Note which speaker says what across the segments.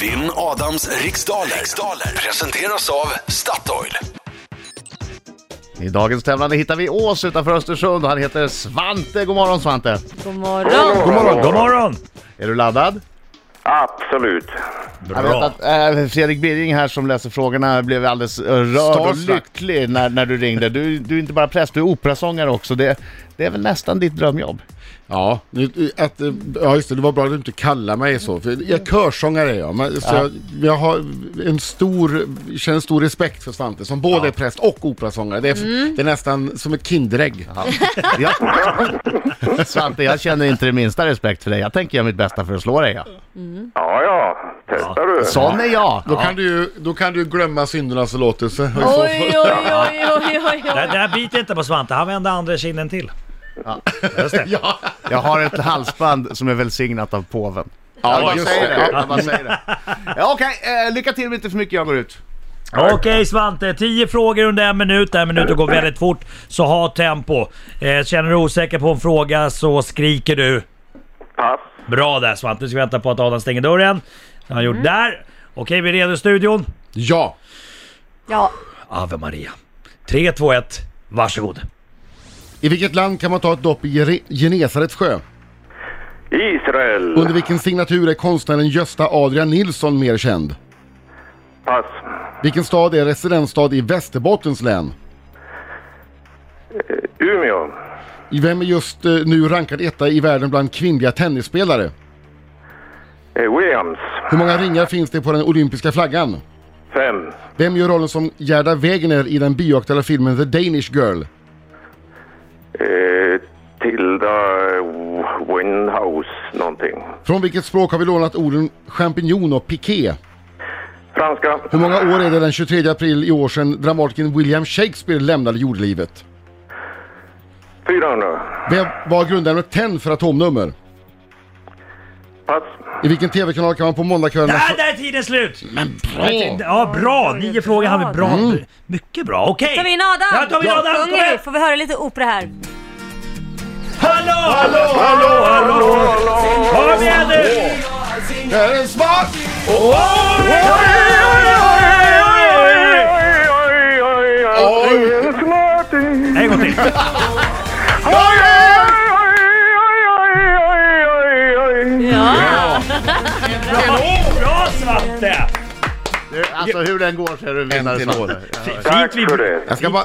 Speaker 1: Vinn Adams riksdaler. riksdaler presenteras av Statoil.
Speaker 2: I dagens tävlande hittar vi Ås utanför Östersund och han heter Svante. God morgon Svante!
Speaker 3: God morgon!
Speaker 4: God morgon, god morgon!
Speaker 2: Är du laddad?
Speaker 5: Absolut.
Speaker 2: Jag vet
Speaker 4: Bra.
Speaker 2: att eh, Fredrik Birring här som läser frågorna blev alldeles eh, rörd och
Speaker 6: Starstruck.
Speaker 2: lycklig när, när du ringde. Du, du är inte bara präst, du är operasångare också. Det, det är väl nästan ditt drömjobb?
Speaker 6: Ja, nu- att, ja just det, det var bra att du inte kallade mig så. För jag körsångare är jag, men, så jag, jag har en stor, känner stor respekt för Svante som både är präst och operasångare. Det är,
Speaker 2: Mm.
Speaker 6: det är nästan som ett Kinderägg.
Speaker 2: Jag, Svante, jag känner inte det minsta respekt för dig. Jag tänker göra mitt bästa för att slå dig. Ja.
Speaker 5: Ja, ja. Testar du.
Speaker 2: Sån är jag!
Speaker 6: Då, kan du, ju- då kan du ju glömma syndernas förlåtelse.
Speaker 3: Oj, oj, oj, oj, oj,
Speaker 4: Det,
Speaker 3: oj.
Speaker 4: det här biter inte på Svante, han vände andra kinden till. Just det.
Speaker 6: Ja,
Speaker 2: Jag har ett halsband som är välsignat av påven.
Speaker 6: ja
Speaker 2: Jag
Speaker 6: just
Speaker 2: säger
Speaker 6: det.
Speaker 2: det. Jag bara säger det. Ja, Okej, eh, lycka till med inte för mycket. Jag går ut.
Speaker 4: Okej Svante, 10 frågor under en minut. En minut går väldigt fort, så ha tempo. Eh, känner du osäker på en fråga så skriker du.
Speaker 5: Pass.
Speaker 4: Bra där Svante, nu ska vi vänta på att Adam stänger dörren. Det har han gjort där. Okej, vi är redo i studion.
Speaker 6: Ja.
Speaker 3: Ja,
Speaker 4: Ave Maria. 3, 2, 1, varsågod.
Speaker 6: I vilket land kan man ta ett dopp i Gere- Genesarets sjö?
Speaker 5: Israel.
Speaker 6: Under vilken signatur är konstnären Gösta Adrian Nilsson mer känd?
Speaker 5: Pass.
Speaker 6: Vilken stad är residensstad i Västerbottens län?
Speaker 5: Eh, Umeå.
Speaker 6: Vem är just eh, nu rankad etta i världen bland kvinnliga tennisspelare?
Speaker 5: Eh, Williams.
Speaker 6: Hur många ringar finns det på den olympiska flaggan?
Speaker 5: Fem.
Speaker 6: Vem gör rollen som Gerda Wegener i den bioaktuella filmen The Danish Girl?
Speaker 5: Eh, Tilda eh, Windhouse någonting.
Speaker 6: Från vilket språk har vi lånat orden champignon och piqué?
Speaker 5: Franska.
Speaker 6: Hur många år är det den 23 april i år sedan dramatikern William Shakespeare lämnade jordlivet?
Speaker 5: 400.
Speaker 6: Vem var grundämnet TEN för atomnummer?
Speaker 5: Pass.
Speaker 6: I vilken TV-kanal kan man på måndagskvällarna...
Speaker 4: Där, där är tiden slut!
Speaker 6: Bra!
Speaker 4: Ja, bra! Mm.
Speaker 3: Oj,
Speaker 4: Nio frågor hann vi bra. Mycket bra, okej!
Speaker 3: tar vi in Adam!
Speaker 4: Ja, tar vi in Adam! Kom
Speaker 3: Sjunger vi,
Speaker 4: igen!
Speaker 3: får vi höra lite opera här.
Speaker 4: Hallå! Hallå, hallå, hallå! Kom igen nu!
Speaker 6: Det här är en svart!
Speaker 5: Oj, oj, oj, oj.
Speaker 6: Oj!
Speaker 4: En gång till.
Speaker 3: Ja,
Speaker 4: Bra Svante!
Speaker 2: Du, Alltså hur den går så är du vinnare
Speaker 6: Äntligen.
Speaker 2: Svante. Ja.
Speaker 4: Fint
Speaker 5: Tack
Speaker 4: vi...
Speaker 5: för det.
Speaker 6: Jag ska bara...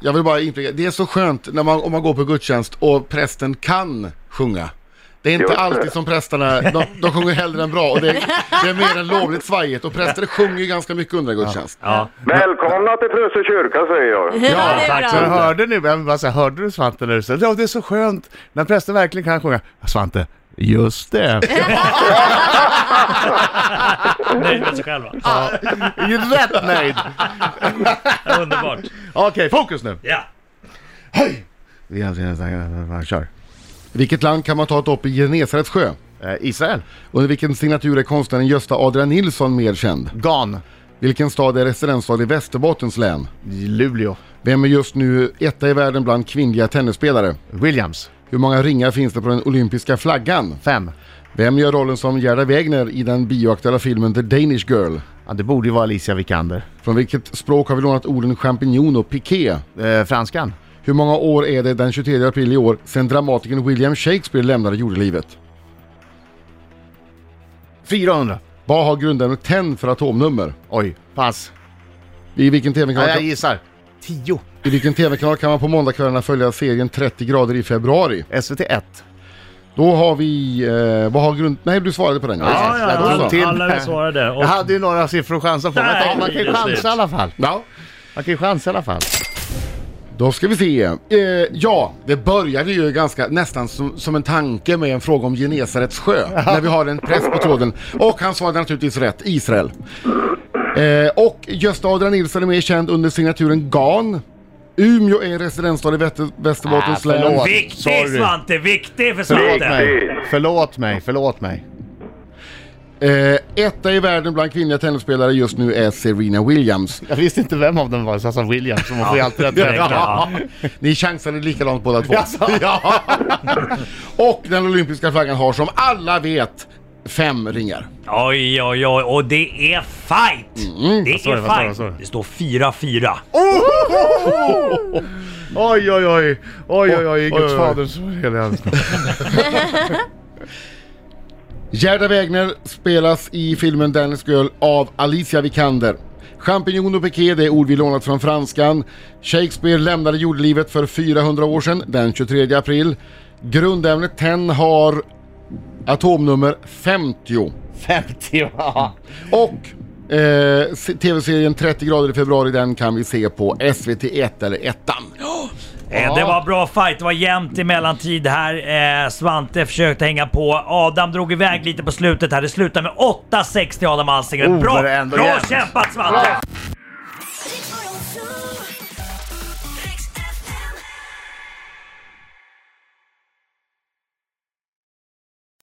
Speaker 6: Jag vill bara inflika, det är så skönt när man, om man går på gudstjänst och prästen kan sjunga. Det är inte
Speaker 5: Jo, det är
Speaker 6: alltid
Speaker 5: det.
Speaker 6: som prästerna, de, de sjunger hellre än bra och det är, det är mer än lovligt svajigt och präster sjunger ju ganska mycket under gudstjänst.
Speaker 4: Ja.
Speaker 5: Välkomna till Frösö kyrka säger jag.
Speaker 3: ja det är
Speaker 4: tack
Speaker 3: bra.
Speaker 4: så
Speaker 2: Men hörde ni, jag vill bara säga, hörde du Svante när du sa ja, det är så skönt när prästen verkligen kan sjunga? Svante, just det!
Speaker 4: Nöjd med sig själva.
Speaker 2: Jag är rätt nöjd!
Speaker 4: Underbart.
Speaker 2: Okej, fokus nu!
Speaker 4: Ja.
Speaker 2: Vi har- Kör.
Speaker 6: I vilket land kan man ta ett dopp i Genesarets sjö?
Speaker 2: Eh, Israel,
Speaker 6: Under vilken signatur är konstnären Gösta Adrian Nilsson mer känd?
Speaker 2: Gan,
Speaker 6: Vilken stad är residensstad i Västerbottens län?
Speaker 2: Luleå,
Speaker 6: Vem är just nu etta i världen bland kvinnliga tennisspelare?
Speaker 2: Williams,
Speaker 6: Hur många ringar finns det på den olympiska flaggan?
Speaker 2: fem.
Speaker 6: Vem gör rollen som Gerda Wegener i den bioaktuella filmen The Danish Girl?
Speaker 2: Ja, det borde ju vara Alicia Vikander.
Speaker 6: Från vilket språk har vi lånat orden champignon och piqué?
Speaker 2: Eh, franskan,
Speaker 6: Hur många år är det den 23 april i år sedan dramatikern William Shakespeare lämnade jordelivet?
Speaker 2: 400.
Speaker 6: Vad har grundämnet TEN för atomnummer?
Speaker 2: Oj, pass.
Speaker 6: I vilken
Speaker 2: Ja,
Speaker 6: TV-kanal
Speaker 2: jag
Speaker 6: kan,
Speaker 2: gissar. 10.
Speaker 6: i vilken TV-kanal kan man på måndagskvällarna följa serien 30 grader i februari?
Speaker 2: SVT 1.
Speaker 6: Då har vi... Eh, vad har grund... Nej, du svarade på den.
Speaker 4: Ja, ja,
Speaker 6: Då så.
Speaker 2: till.
Speaker 4: alla, alla vi svarade. Och
Speaker 2: Jag hade ju några siffror att chansa på, men
Speaker 4: Nej,
Speaker 2: ja, man kan ju
Speaker 4: det är slut.
Speaker 2: chansa i alla fall.
Speaker 6: ja.
Speaker 2: Man kan ju chansa i alla fall.
Speaker 6: Då ska vi se. Eh, ja, det började ju ganska nästan som, som en tanke med en fråga om Genesarets sjö. När vi har en press på tråden. Och han svarade naturligtvis rätt, Israel. Eh, och Gösta Adrian Nilsson är mer känd under signaturen GAN. Umeå är residensstad i Vätter- Västerbottens
Speaker 2: Ah,
Speaker 6: län.
Speaker 2: förlåt.
Speaker 4: Viktig
Speaker 2: Sorry.
Speaker 4: Svante! Viktig för
Speaker 2: Förlåt
Speaker 4: Svante!
Speaker 2: mig, förlåt mig, förlåt mig.
Speaker 6: Eh, etta i världen bland kvinnliga tennisspelare just nu är Serena Williams.
Speaker 2: Jag visste inte vem av dem var, så jag sa Williams, så man får ju alltid rätt
Speaker 4: direkt,
Speaker 2: räkna.
Speaker 4: ja.
Speaker 6: Ni chansade likadant båda två.
Speaker 2: Jaså?
Speaker 6: Ja. Och den olympiska flaggan har som alla vet fem ringar.
Speaker 4: Oj, oj, oj. Och det är fight! det är
Speaker 2: Vad står det? Vad står det? Vad
Speaker 4: fight.
Speaker 2: står det?
Speaker 4: Det står 4-4.
Speaker 2: Oj, oj, oj. Oj, oj, oj.
Speaker 6: Oj, oj, oj.
Speaker 2: Guds faders heliga ande.
Speaker 6: Gerda Wägner spelas i filmen Dennis Girl av Alicia Vikander. Champignon och piké, det är ord vi lånat från franskan. Shakespeare lämnade jordelivet för 400 år sedan, den 23 april. Grundämnet tenn har atomnummer 50.
Speaker 2: 50 va?
Speaker 6: Och eh, se- tv-serien 30 grader i februari, den kan vi se på SVT1 eller ettan.
Speaker 4: Eh, Det var bra fight, det var jämnt i mellantid här. Eh, Svante försökte hänga på. Adam drog iväg lite på slutet här. Det slutade med 8-6 till Adam Alsing.
Speaker 2: Oh,
Speaker 4: Bra,
Speaker 2: vad det ändå
Speaker 4: bra
Speaker 2: jämnt.
Speaker 4: kämpat Svante!